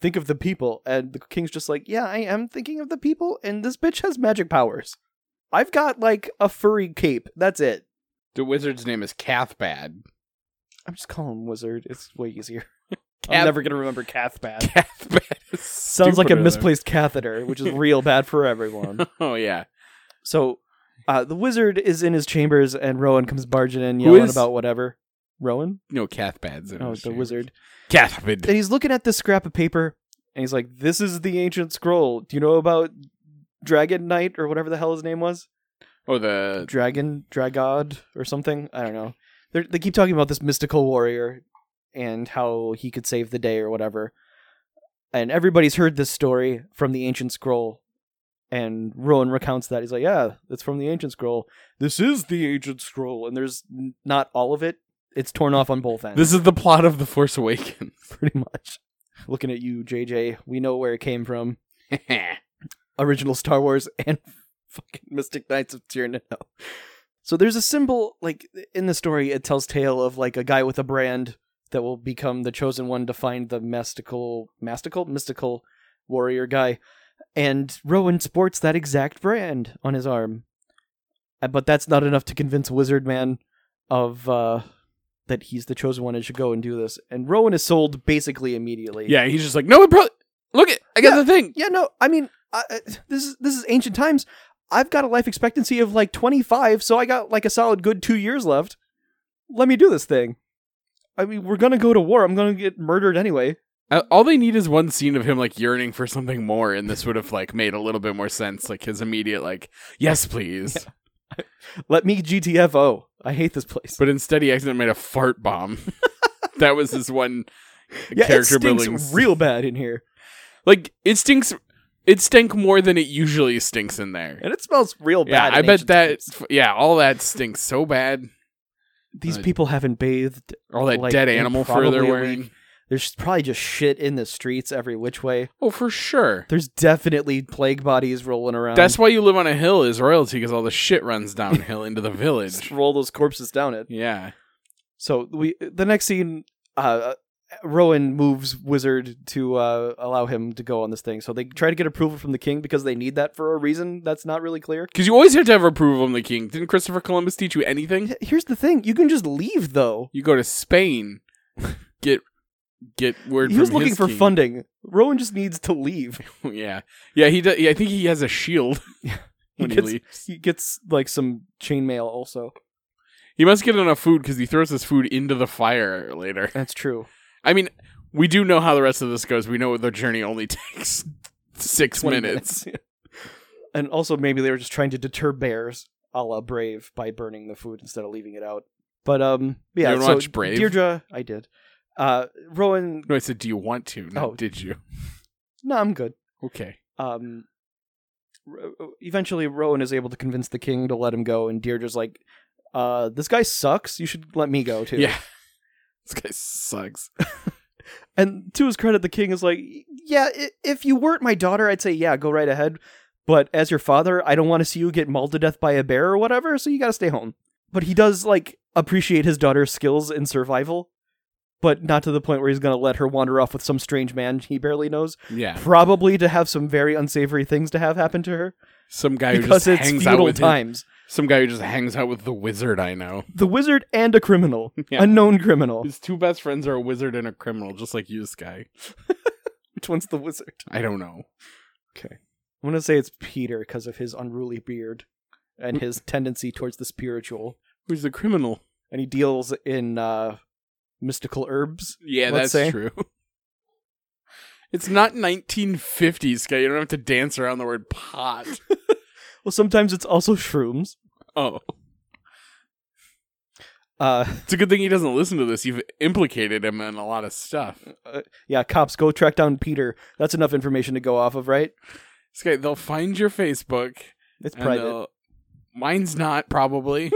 Speaker 3: Think of the people, and the king's just like, "Yeah, I am thinking of the people, and this bitch has magic powers. I've got like a furry cape. That's it.
Speaker 4: the wizard's name is Cathbad.
Speaker 3: I'm just calling him Wizard. It's way easier."
Speaker 4: Cath-
Speaker 3: I'm never gonna remember Cathbad.
Speaker 4: Cathbad. is
Speaker 3: Sounds like a
Speaker 4: stupider than-
Speaker 3: misplaced catheter, which is real bad for everyone.
Speaker 4: Oh, yeah.
Speaker 3: So, uh, the wizard is in his chambers, and Rowan comes barging in,
Speaker 4: Who
Speaker 3: yelling
Speaker 4: is-
Speaker 3: about whatever. Rowan?
Speaker 4: No, Cathbad's in
Speaker 3: Oh,
Speaker 4: his
Speaker 3: the
Speaker 4: name.
Speaker 3: wizard.
Speaker 4: Cathbad.
Speaker 3: And he's looking at this scrap of paper, and he's like, "This is the ancient scroll. Do you know about Dragon Knight or whatever the hell his name was?
Speaker 4: Oh, the
Speaker 3: Dragon, Dragod, or something? I don't know. They're, they keep talking about this mystical warrior and how he could save the day or whatever. And everybody's heard this story from the ancient scroll. And Rowan recounts that. He's like, Yeah, it's from the ancient scroll. This is the ancient scroll. And there's n- not all of it, it's torn off on both ends.
Speaker 4: this is the plot of the Force Awakens.
Speaker 3: pretty much. Looking at you, JJ, we know where it came from. original Star Wars and fucking Mystic Knights of Tyranno. So there's a symbol like in the story it tells tale of like a guy with a brand that will become the chosen one to find the mystical mystical mystical warrior guy and Rowan sports that exact brand on his arm. Uh, But that's not enough to convince Wizard Man of uh that he's the chosen one and should go and do this. And Rowan is sold basically immediately.
Speaker 4: yeah, he's just like, no, it probably. Look, it, I got the thing.
Speaker 3: Yeah, no, I mean, I, I- this is this is ancient times. I've got a life expectancy of like 25, so I got like a solid good two years left. Let me do this thing. I mean, we're gonna go to war. I'm gonna get murdered anyway.
Speaker 4: Uh, All they need is one scene of him like yearning for something more, and this would have like made a little bit more sense. Like his immediate like, yes, please.
Speaker 3: Let me GTFO. I hate this place.
Speaker 4: But instead, he accidentally made a fart bomb. that was his one
Speaker 3: yeah, it
Speaker 4: character
Speaker 3: stinks
Speaker 4: building.
Speaker 3: real bad in here.
Speaker 4: like it stinks. It stink more than it usually stinks in there.
Speaker 3: and it smells real
Speaker 4: Yeah,
Speaker 3: bad.
Speaker 4: I
Speaker 3: in
Speaker 4: bet
Speaker 3: ancient
Speaker 4: that.
Speaker 3: Egypt.
Speaker 4: f- Yeah, all that stinks so bad.
Speaker 3: these
Speaker 4: uh,
Speaker 3: people haven't bathed.
Speaker 4: All that
Speaker 3: like,
Speaker 4: dead
Speaker 3: in
Speaker 4: animal fur
Speaker 3: probably
Speaker 4: they're
Speaker 3: a
Speaker 4: wearing.
Speaker 3: week. There's probably just shit in the streets every which way.
Speaker 4: Oh, for sure.
Speaker 3: There's definitely plague bodies rolling around.
Speaker 4: That's why you live on a hill is royalty because all the shit runs downhill into the
Speaker 3: Just
Speaker 4: village.
Speaker 3: roll those corpses down it.
Speaker 4: Yeah.
Speaker 3: So we the next scene, uh, Rowan moves Wizard to uh, allow him to go on this thing. So they try to get approval from the king because they need that for a reason that's not really clear.
Speaker 4: Because you always have to have approval from the king. Didn't Christopher Columbus teach you anything?
Speaker 3: H- Here's the thing: you can just leave though.
Speaker 4: You go to Spain, get get word
Speaker 3: He
Speaker 4: from
Speaker 3: was looking
Speaker 4: his
Speaker 3: for
Speaker 4: king.
Speaker 3: funding. Rowan just needs to leave.
Speaker 4: yeah, yeah. He does. Yeah, I think he has a shield
Speaker 3: He
Speaker 4: when he,
Speaker 3: gets,
Speaker 4: leaves.
Speaker 3: he gets like some chainmail also.
Speaker 4: He must get enough food because he throws his food into the fire later.
Speaker 3: That's true.
Speaker 4: I mean, we do know how the rest of this goes. We know the journey only takes six minutes.
Speaker 3: and also maybe they were just trying to deter bears, a la Brave, by burning the food instead of leaving it out. But um, yeah.
Speaker 4: You ever
Speaker 3: so
Speaker 4: watch Brave?
Speaker 3: Deirdre, I did. Uh, Rowan,
Speaker 4: No, I said, do you want to? No,
Speaker 3: Oh.
Speaker 4: did you?
Speaker 3: no, I'm good.
Speaker 4: Okay.
Speaker 3: Um, Ro- eventually Rowan is able to convince the king to let him go, and Deirdre's like, "Uh, this guy sucks. You should let me go too."
Speaker 4: Yeah. This guy sucks.
Speaker 3: And to his credit, the king is like, "Yeah, i- if you weren't my daughter, I'd say yeah, go right ahead. But as your father, I don't want to see you get mauled to death by a bear or whatever, so you got to stay home." But he does like appreciate his daughter's skills in survival, but not to the point where he's going to let her wander off with some strange man he barely knows,
Speaker 4: Yeah.
Speaker 3: probably to have some very unsavory things to have happen to her
Speaker 4: Some guy who
Speaker 3: because
Speaker 4: just
Speaker 3: it's
Speaker 4: hangs out
Speaker 3: feudal
Speaker 4: with his-
Speaker 3: times.
Speaker 4: some guy who just hangs out with the wizard I know.
Speaker 3: The wizard and a criminal,
Speaker 4: Yeah.
Speaker 3: a known criminal.
Speaker 4: His two best friends are a wizard and a criminal, just like you, this guy.
Speaker 3: Which one's the wizard?
Speaker 4: I don't know.
Speaker 3: I'm gonna say it's Peter because of his unruly beard and
Speaker 4: Mm.
Speaker 3: his tendency towards the spiritual.
Speaker 4: Who's the criminal?
Speaker 3: And he deals in uh, mystical herbs.
Speaker 4: Yeah, that's
Speaker 3: Let's say.
Speaker 4: true. It's not 1950s, guy. You don't have to dance around the word pot.
Speaker 3: Well, sometimes it's also shrooms.
Speaker 4: oh,
Speaker 3: Uh,
Speaker 4: it's a good thing he doesn't listen to this. You've implicated him in a lot of stuff.
Speaker 3: yeah, cops go track down Peter. That's enough information to go off of, right?
Speaker 4: This guy, they'll find your Facebook.
Speaker 3: It's
Speaker 4: and
Speaker 3: private.
Speaker 4: they'll- Mine's not probably.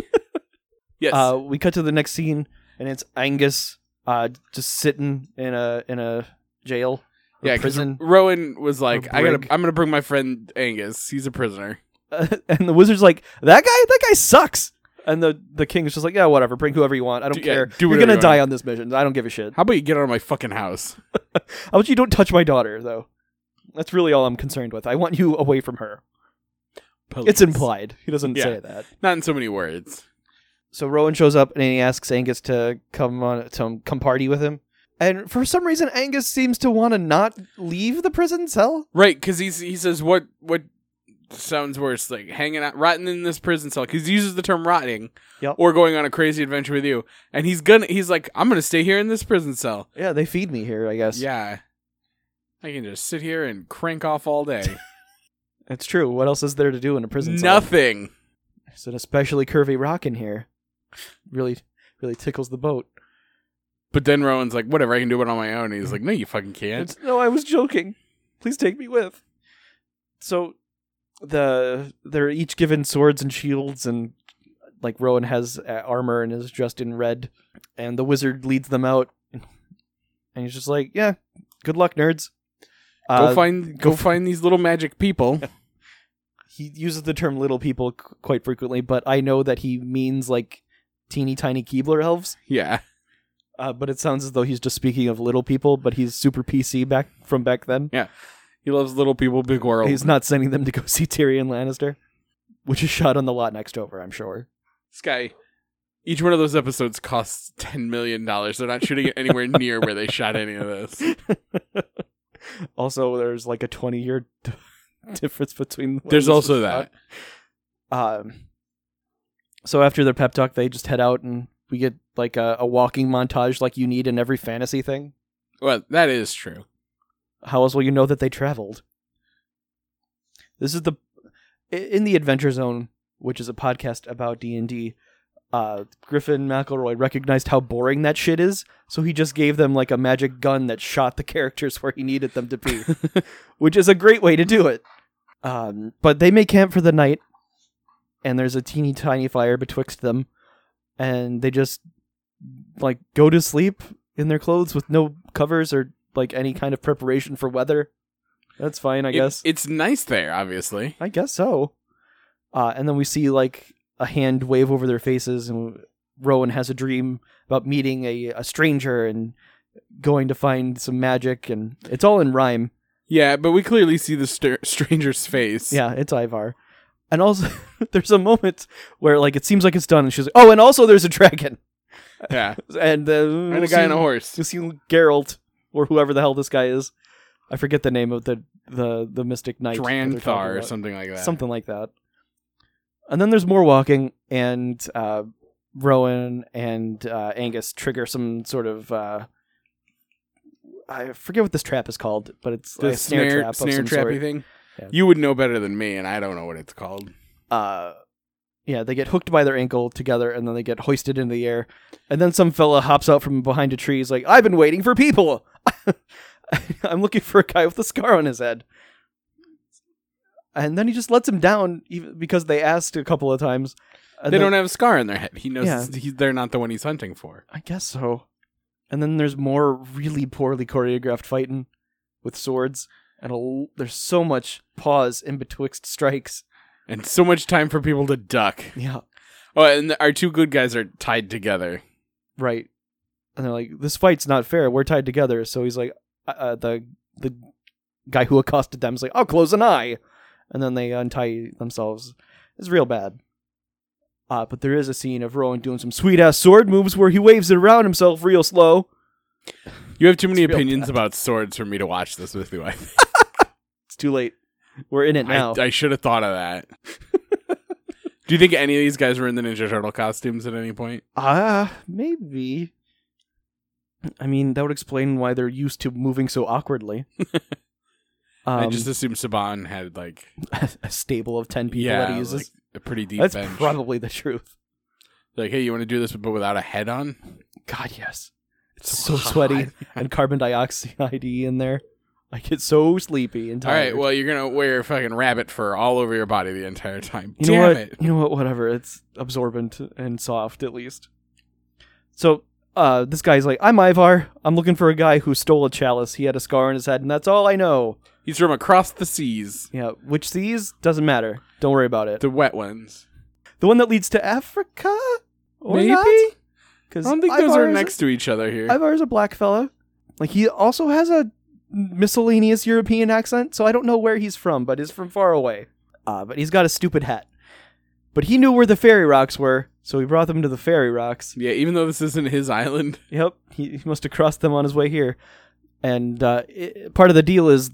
Speaker 4: yes.
Speaker 3: Uh, we cut to the next scene, and it's Angus uh, just sitting in a in a jail, or
Speaker 4: yeah, 'cause
Speaker 3: prison,
Speaker 4: Rowan was like, "I gotta,
Speaker 3: brig.
Speaker 4: I'm gonna bring my friend Angus. He's a prisoner."
Speaker 3: and the wizard's like, "That guy, that guy sucks." And the the king is just like, "Yeah, whatever. Bring whoever you want. I don't
Speaker 4: Do- yeah,
Speaker 3: care.
Speaker 4: do
Speaker 3: You're
Speaker 4: whatever
Speaker 3: gonna
Speaker 4: you want."
Speaker 3: die on this mission. I don't give a shit."
Speaker 4: How about you get out of my fucking house?
Speaker 3: How about you don't touch my daughter, though? That's really all I'm concerned with. I want you away from her. It's
Speaker 4: Police.
Speaker 3: implied. He doesn't
Speaker 4: Yeah.
Speaker 3: say that.
Speaker 4: Not in so many words.
Speaker 3: So Rowan shows up and he asks Angus to come on to come party with him. And for some reason, Angus seems to want to not leave the prison cell.
Speaker 4: Right, because he's he says what what sounds worse, like hanging out, rotting in this prison cell, because he uses the term rotting,
Speaker 3: Yep.
Speaker 4: or going on a crazy adventure with you, and he's gonna he's like, I'm gonna stay here in this prison cell.
Speaker 3: Yeah, they feed me here, I guess.
Speaker 4: Yeah, I can just sit here and crank off all day.
Speaker 3: it's true. What else is there to do in a prison cell?
Speaker 4: Nothing.
Speaker 3: It's an especially curvy rock in here. Really, really tickles the boat.
Speaker 4: But then Rowan's like, whatever, I can do it on my own. And he's like, no, you fucking can't.
Speaker 3: Mm-hmm. It's- no, I was joking. Please take me with. So the they're each given swords and shields and like Rowan has uh, armor and is dressed in red and the wizard leads them out and he's just like, "Yeah, good luck nerds."
Speaker 4: go
Speaker 3: Uh,
Speaker 4: find go, find these little magic people.
Speaker 3: he uses the term little people c- quite frequently, but I know that he means like teeny tiny Keebler elves.
Speaker 4: yeah.
Speaker 3: Uh, but it sounds as though he's just speaking of little people, but he's super PC back from back then.
Speaker 4: He loves little people, big world.
Speaker 3: He's not sending them to go see Tyrion Lannister, which is shot on the lot next over, I'm sure.
Speaker 4: this guy each one of those episodes costs ten million dollars. They're not shooting it anywhere near where they shot any of this.
Speaker 3: Also, there's like a 20 year difference between. when
Speaker 4: There's
Speaker 3: this
Speaker 4: also
Speaker 3: was
Speaker 4: that.
Speaker 3: shot. Um, so after their pep talk, they just head out and we get like a, a walking montage like you need in every fantasy thing.
Speaker 4: Well, that is true.
Speaker 3: How else will you know that they traveled? This is the i- in the Adventure Zone, which is a podcast about D and D. uh, Griffin McElroy recognized how boring that shit is, so he just gave them like a magic gun that shot the characters where he needed them to be, which is a great way to do it. Um, but they make camp for the night, and there's a teeny tiny fire betwixt them, and they just like go to sleep in their clothes with no covers or like any kind of preparation for weather. That's fine, I
Speaker 4: It-
Speaker 3: guess.
Speaker 4: it's nice there, obviously.
Speaker 3: I guess so. Uh, and then we see like a hand wave over their faces, and Rowan has a dream about meeting a, a stranger and going to find some magic, and it's all in rhyme.
Speaker 4: Yeah, but we clearly see the stir- stranger's face.
Speaker 3: Yeah, it's Ivar. And also, there's a moment where like it seems like it's done, and she's like, "Oh, and also there's a dragon
Speaker 4: yeah,
Speaker 3: and uh,
Speaker 4: and a guy on a horse.
Speaker 3: You see Geralt or whoever the hell this guy is. I forget the name of the the the mystic knight. that they're talking
Speaker 4: Dranthar or
Speaker 3: about.
Speaker 4: something like that.
Speaker 3: something like that. And then there's more walking, and uh, Rowan and uh, Angus trigger some sort of uh, I forget what this trap is called, but it's
Speaker 4: the
Speaker 3: like a snare, trap
Speaker 4: snare
Speaker 3: of some
Speaker 4: trappy
Speaker 3: sort.
Speaker 4: thing.
Speaker 3: Yeah.
Speaker 4: You would know better than me, and I don't know what it's called.
Speaker 3: Uh, yeah, they get hooked by their ankle together, and then they get hoisted into the air. And then some fella hops out from behind a tree. He's like, "I've been waiting for people. I'm looking for a guy with a scar on his head." And then he just lets him down, even because they asked a couple of times. And
Speaker 4: they
Speaker 3: then-
Speaker 4: don't have a scar on their head. He knows
Speaker 3: Uh, Yeah.
Speaker 4: it's- he- they're not the one he's hunting for.
Speaker 3: I guess so. And then there's more really poorly choreographed fighting with swords, and a l- there's so much pause in betwixt strikes.
Speaker 4: And so much time for people to duck.
Speaker 3: Yeah,
Speaker 4: Oh, and our two good guys are tied together.
Speaker 3: right. And they're like, "This fight's not fair. We're tied together." So he's like, uh, uh, "The the guy who accosted them is like, I'll close an eye," and then they untie themselves. It's real bad. Uh, but there is a scene of Rowan doing some sweet ass sword moves where he waves it around himself real slow.
Speaker 4: You have too many
Speaker 3: It's real
Speaker 4: opinions
Speaker 3: bad.
Speaker 4: about swords for me to watch this with you. I,
Speaker 3: It's too late. We're in it now.
Speaker 4: I, I should have thought of that. Do you think any of these guys were in the Ninja Turtle costumes at any point?
Speaker 3: Ah, maybe. I mean, that would explain why they're used to moving so awkwardly.
Speaker 4: I
Speaker 3: um,
Speaker 4: just assume Saban had like
Speaker 3: a stable of ten people
Speaker 4: yeah,
Speaker 3: that he uses.
Speaker 4: like a pretty deep
Speaker 3: That's
Speaker 4: bench.
Speaker 3: probably the truth.
Speaker 4: like, hey, you want to do this but without a head on?
Speaker 3: God, yes. It's so sweaty and carbon dioxide in there. I get so sleepy and
Speaker 4: All
Speaker 3: tired.
Speaker 4: right, well, you're gonna wear fucking rabbit fur all over your body the entire time.
Speaker 3: you
Speaker 4: Damn
Speaker 3: know what?
Speaker 4: it!
Speaker 3: You know what? Whatever. It's absorbent and soft, at least. So uh, this guy's like, I'm Ivar. I'm looking for a guy who stole a chalice. He had a scar on his head, and that's all I know.
Speaker 4: He's from across the seas,
Speaker 3: Yeah, which seas doesn't matter. Don't worry about it. The,
Speaker 4: the wet ones.
Speaker 3: one that leads to Africa, or
Speaker 4: Maybe?
Speaker 3: Because
Speaker 4: I don't think those are next to each other here.
Speaker 3: Ivar is a black fella. Like he also has a miscellaneous European accent, so I don't know where he's from, but he's from far away. Uh, but he's got a stupid hat. But he knew where the fairy rocks were, so he brought them to the fairy rocks.
Speaker 4: yeah, even though this isn't his island,
Speaker 3: Yep, he, he must have crossed them on his way here. And uh, i part of the deal is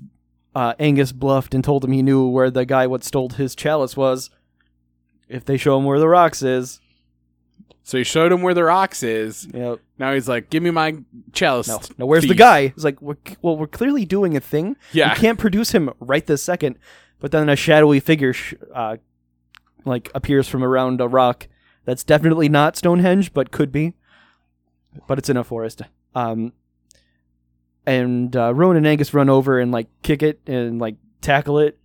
Speaker 3: uh, Angus bluffed and told him he knew where the guy what stole his chalice was. If they show him where the rocks is,
Speaker 4: so he showed him where the rocks is.
Speaker 3: yep.
Speaker 4: Now he's like, "Give me my chalice."
Speaker 3: No, no. Where's the
Speaker 4: thief."
Speaker 3: guy? He's like, we're, well, we're clearly doing a thing.
Speaker 4: Yeah.
Speaker 3: we can't produce him right this second. But then a shadowy figure, sh- uh, like, appears from around a rock. That's definitely not Stonehenge, but could be. But it's in a forest. Um, and uh, Rowan and Angus run over and like kick it and like tackle it.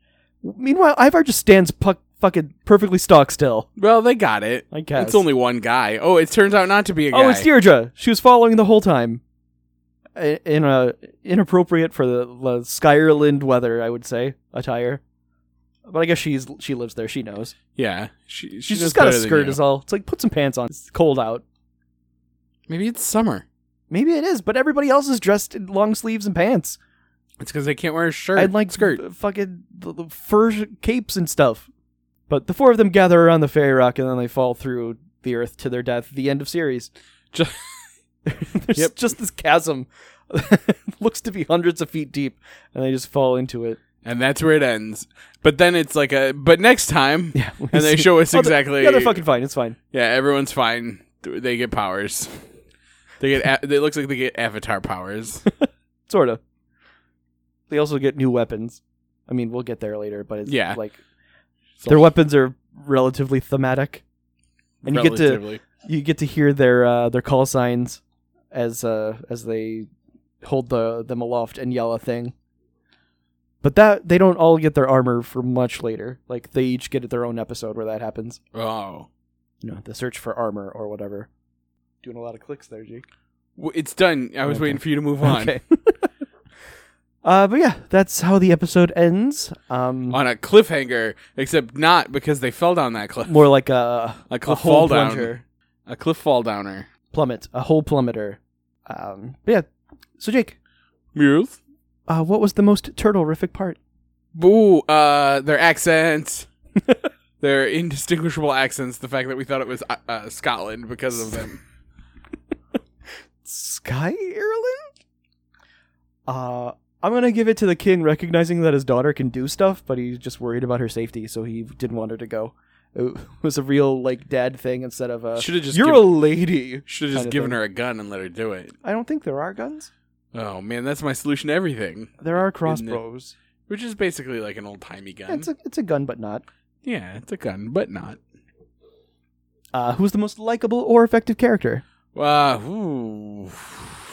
Speaker 3: Meanwhile, Ivar just stands puck- fucking perfectly stock still.
Speaker 4: Well, they got it.
Speaker 3: I guess.
Speaker 4: It's only one guy. Oh, it turns out not to be a guy.
Speaker 3: Oh, it's Deirdre. She was following the whole time. I- In a inappropriate for the, the Skyreland weather, I would say attire. But I guess she's she lives there. She knows.
Speaker 4: Yeah, she, she
Speaker 3: She's
Speaker 4: knows
Speaker 3: just got a
Speaker 4: better than
Speaker 3: skirt
Speaker 4: you.
Speaker 3: is all. It's like put some pants on. It's cold out.
Speaker 4: Maybe it's summer.
Speaker 3: Maybe it is, but everybody else is dressed in long sleeves and pants
Speaker 4: It's because they can't wear a shirt.
Speaker 3: and like
Speaker 4: skirt.
Speaker 3: f- fucking the, the fur capes and stuff. But the four of them gather around the fairy rock and then they fall through the earth to their death. The end of series.
Speaker 4: Just-
Speaker 3: There's
Speaker 4: Yep.
Speaker 3: just this chasm. Looks to be hundreds of feet deep, and they just fall into it.
Speaker 4: and that's where it ends. But then it's like a. But next time,
Speaker 3: Yeah, we
Speaker 4: and they
Speaker 3: see-
Speaker 4: show us
Speaker 3: Oh, they're-
Speaker 4: exactly.
Speaker 3: Yeah, they're fucking fine. It's fine.
Speaker 4: Yeah, everyone's fine. Th- They get powers. They get. A- it looks like they get avatar powers.
Speaker 3: Sort of. They also get new weapons. I mean, we'll get there later, but it's
Speaker 4: Yeah.
Speaker 3: like
Speaker 4: So-
Speaker 3: their weapons are relatively thematic, and you get to
Speaker 4: relatively.
Speaker 3: you get to hear their uh, their call signs as uh, as they hold the them aloft and yell a thing. But that they don't all get their armor for much later. Like they each get their own episode where that happens.
Speaker 4: Oh.
Speaker 3: You know, the search for armor or whatever. Doing a lot of clicks there, Jake.
Speaker 4: W- It's done. I was
Speaker 3: Okay.
Speaker 4: waiting for you to move on.
Speaker 3: Okay. uh, but yeah, that's how the episode ends. Um,
Speaker 4: On a cliffhanger, except not because they fell down that cliff.
Speaker 3: more like a
Speaker 4: A
Speaker 3: a
Speaker 4: cliff
Speaker 3: whole
Speaker 4: fall down.
Speaker 3: plunger.
Speaker 4: A cliff fall downer.
Speaker 3: plummet, a whole plummeter. Um, but yeah. So Jake,
Speaker 4: Mules?
Speaker 3: uh, what was the most turtle-rific part?
Speaker 4: Boo. Uh, their accents. their indistinguishable accents. The fact that we thought it was uh, uh, Scotland because of them.
Speaker 3: Sky Ireland? Uh, I'm gonna give it to the king, recognizing that his daughter can do stuff, but he's just worried about her safety, so he didn't want her to go. It was a real like dad thing instead of a.
Speaker 4: Should have just
Speaker 3: You're
Speaker 4: giv-
Speaker 3: a lady.
Speaker 4: Should have
Speaker 3: kind
Speaker 4: just
Speaker 3: of
Speaker 4: given
Speaker 3: thing.
Speaker 4: her a gun and let her do it.
Speaker 3: I don't think there are guns.
Speaker 4: Oh man, that's my solution to everything.
Speaker 3: There are crossbows.
Speaker 4: Which is basically like an old timey gun.
Speaker 3: Yeah, it's a it's a gun, but not.
Speaker 4: yeah, it's a gun, but not.
Speaker 3: Uh, who's the most likable or effective character?
Speaker 4: Uh, ooh,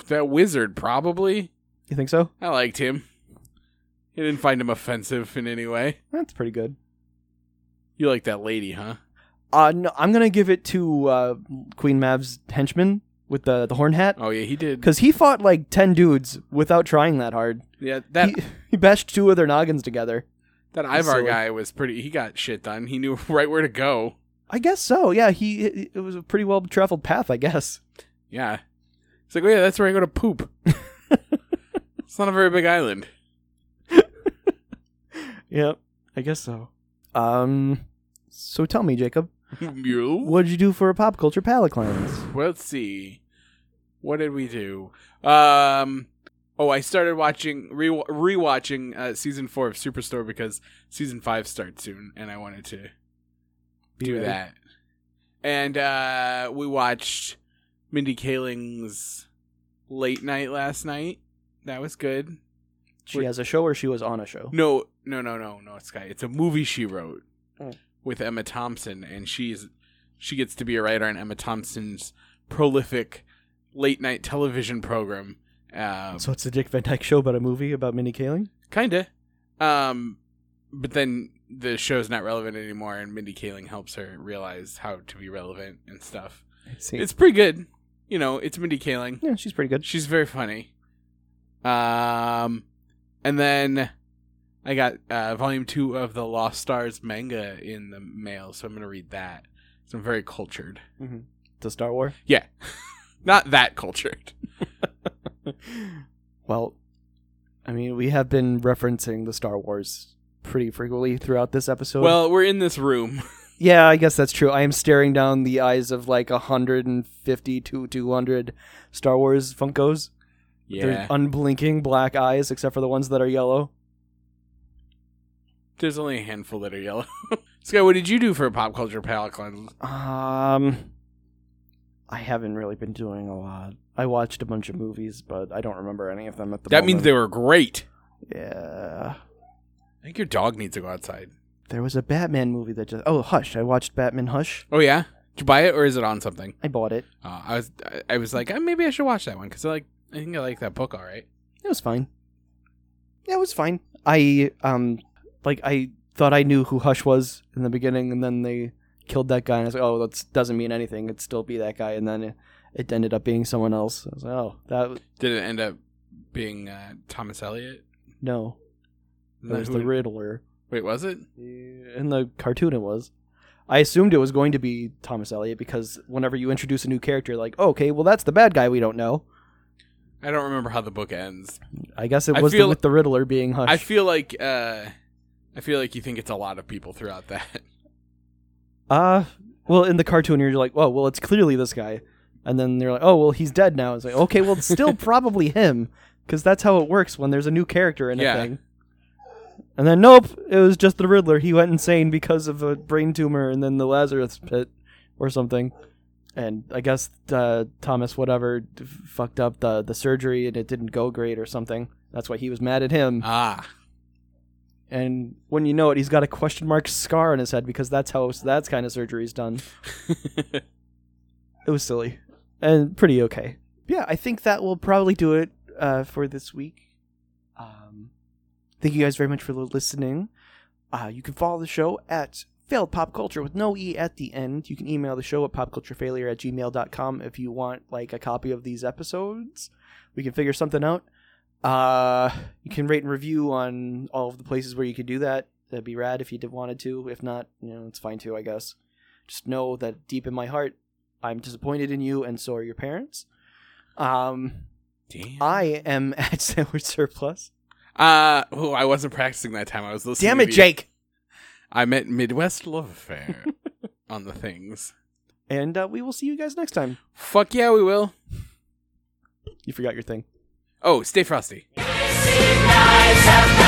Speaker 4: that wizard probably.
Speaker 3: You think so?
Speaker 4: I liked him. I didn't find him offensive in any way.
Speaker 3: That's pretty good.
Speaker 4: You like that lady, huh?
Speaker 3: Uh, no, I'm gonna give it to uh, Queen Mav's henchman with the the horn hat
Speaker 4: Oh yeah, he did.
Speaker 3: because he fought like ten dudes without trying that hard.
Speaker 4: Yeah, that
Speaker 3: he, he bashed two of their noggins together.
Speaker 4: that Ivar
Speaker 3: silly.
Speaker 4: guy was pretty. He got shit done. He knew right where to go.
Speaker 3: I guess so. Yeah, he it- it was a pretty well traveled path, I guess.
Speaker 4: Yeah, it's like, oh yeah, that's where I go to poop. it's not a very big island.
Speaker 3: Yep, I guess so. Um, so tell me, Jacob,
Speaker 4: Mule.
Speaker 3: what did you do for a pop culture palate cleanse?
Speaker 4: Well, let's see. What did we do? Um. Oh, I started watching re- rewatching uh, season four of Superstore because season five starts soon, and I wanted to
Speaker 3: Be
Speaker 4: do
Speaker 3: ready.
Speaker 4: that. And uh, we watched Mindy Kaling's late night last night. That was good.
Speaker 3: She has a show, or she was on a show.
Speaker 4: No, no, no, no, no, Sky. It's a movie she wrote
Speaker 3: Oh.
Speaker 4: with Emma Thompson, and she's she gets to be a writer on Emma Thompson's prolific late night television program. Um,
Speaker 3: So it's a Dick Van Dyke show about a movie about Minnie Kaling.
Speaker 4: kinda. Um, but then the show's not relevant anymore, and Mindy Kaling helps her realize how to be relevant and stuff.
Speaker 3: See.
Speaker 4: It's pretty good. You know, it's Mindy Kaling.
Speaker 3: yeah, she's pretty good.
Speaker 4: She's very funny. Um, and then I got uh, volume two of the Lost Stars manga in the mail, so I'm gonna read that. So I'm very cultured.
Speaker 3: The Star War.
Speaker 4: Yeah, not that cultured.
Speaker 3: Well, I mean, we have been referencing the Star Wars pretty frequently throughout this episode.
Speaker 4: Well, we're in this room.
Speaker 3: yeah, I guess that's true. I am staring down the eyes of like 150 to 200 Star Wars Funkos. They're unblinking black eyes, except for the ones that are yellow.
Speaker 4: there's only a handful that are yellow. Sky, what did you do for a pop culture palate cleanse?
Speaker 3: Um, I haven't really been doing a lot. I watched a bunch of movies, but I don't remember any of them at the
Speaker 4: That means they were great.
Speaker 3: they yeah.
Speaker 4: I think your dog needs to go outside.
Speaker 3: There was a Batman movie that just oh Hush. I watched Batman Hush.
Speaker 4: Oh yeah, did you buy it or is it on something?
Speaker 3: I bought it.
Speaker 4: Uh, I was I- I was like, "Ah, maybe I should watch that one because I like I think I like that book. All right.
Speaker 3: It was fine. Yeah, it was fine. I um like I thought I knew who Hush was in the beginning and then they killed that guy and I was like, Oh, that doesn't mean anything, it'd still be that guy and then it, it ended up being someone else. I was like, Oh, that was-
Speaker 4: Did it end up being uh, Thomas Elliot?
Speaker 3: no.
Speaker 4: Isn't
Speaker 3: That
Speaker 4: that
Speaker 3: was
Speaker 4: who
Speaker 3: the
Speaker 4: it-
Speaker 3: Riddler.
Speaker 4: Wait, was it?
Speaker 3: In the cartoon it was. I assumed it was going to be Thomas Elliot because whenever you introduce a new character, like, okay, well that's the bad guy we don't know.
Speaker 4: I don't remember how the book ends.
Speaker 3: I guess it
Speaker 4: I
Speaker 3: was the,
Speaker 4: feel-
Speaker 3: with the Riddler being Hush.
Speaker 4: I feel like uh, I feel like you think it's a lot of people throughout that.
Speaker 3: Uh well in the cartoon you're like, oh well it's clearly this guy. And then they're like, oh well he's dead now. It's like, okay, well it's still probably him. Because that's how it works when there's a new character in a
Speaker 4: Yeah.
Speaker 3: thing. And then nope, it was just the Riddler. He went insane because of a brain tumor and then the Lazarus pit or something. And I guess uh, Thomas whatever d- fucked up the the surgery and it didn't go great or something. That's why he was mad at him.
Speaker 4: ah,
Speaker 3: and when you know it, he's got a question mark scar on his head because that's how that's kind of surgery is done. it was silly and pretty okay. Yeah, I think that will probably do it uh, for this week. Um, thank you guys very much for listening. Uh, you can follow the show at failed pop culture with no e at the end. You can email the show at popculturefailure at gmail.com if you want like a copy of these episodes. We can figure something out. Uh, you can rate and review on all of the places where you could do that. That'd be rad if you did wanted to. If not, you know, it's fine too, I guess. Just know that deep in my heart, I'm disappointed in you, and so are your parents. Um,
Speaker 4: Damn.
Speaker 3: I am at Sandwich Surplus.
Speaker 4: Uh, oh, I wasn't practicing that time. I was listening.
Speaker 3: Damn
Speaker 4: to
Speaker 3: it,
Speaker 4: you.
Speaker 3: Jake!
Speaker 4: I'm at Midwest Love Affair on the things.
Speaker 3: And uh, we will see you guys next time.
Speaker 4: Fuck yeah, we will.
Speaker 3: You forgot your thing.
Speaker 4: Oh, stay frosty.
Speaker 1: Nights have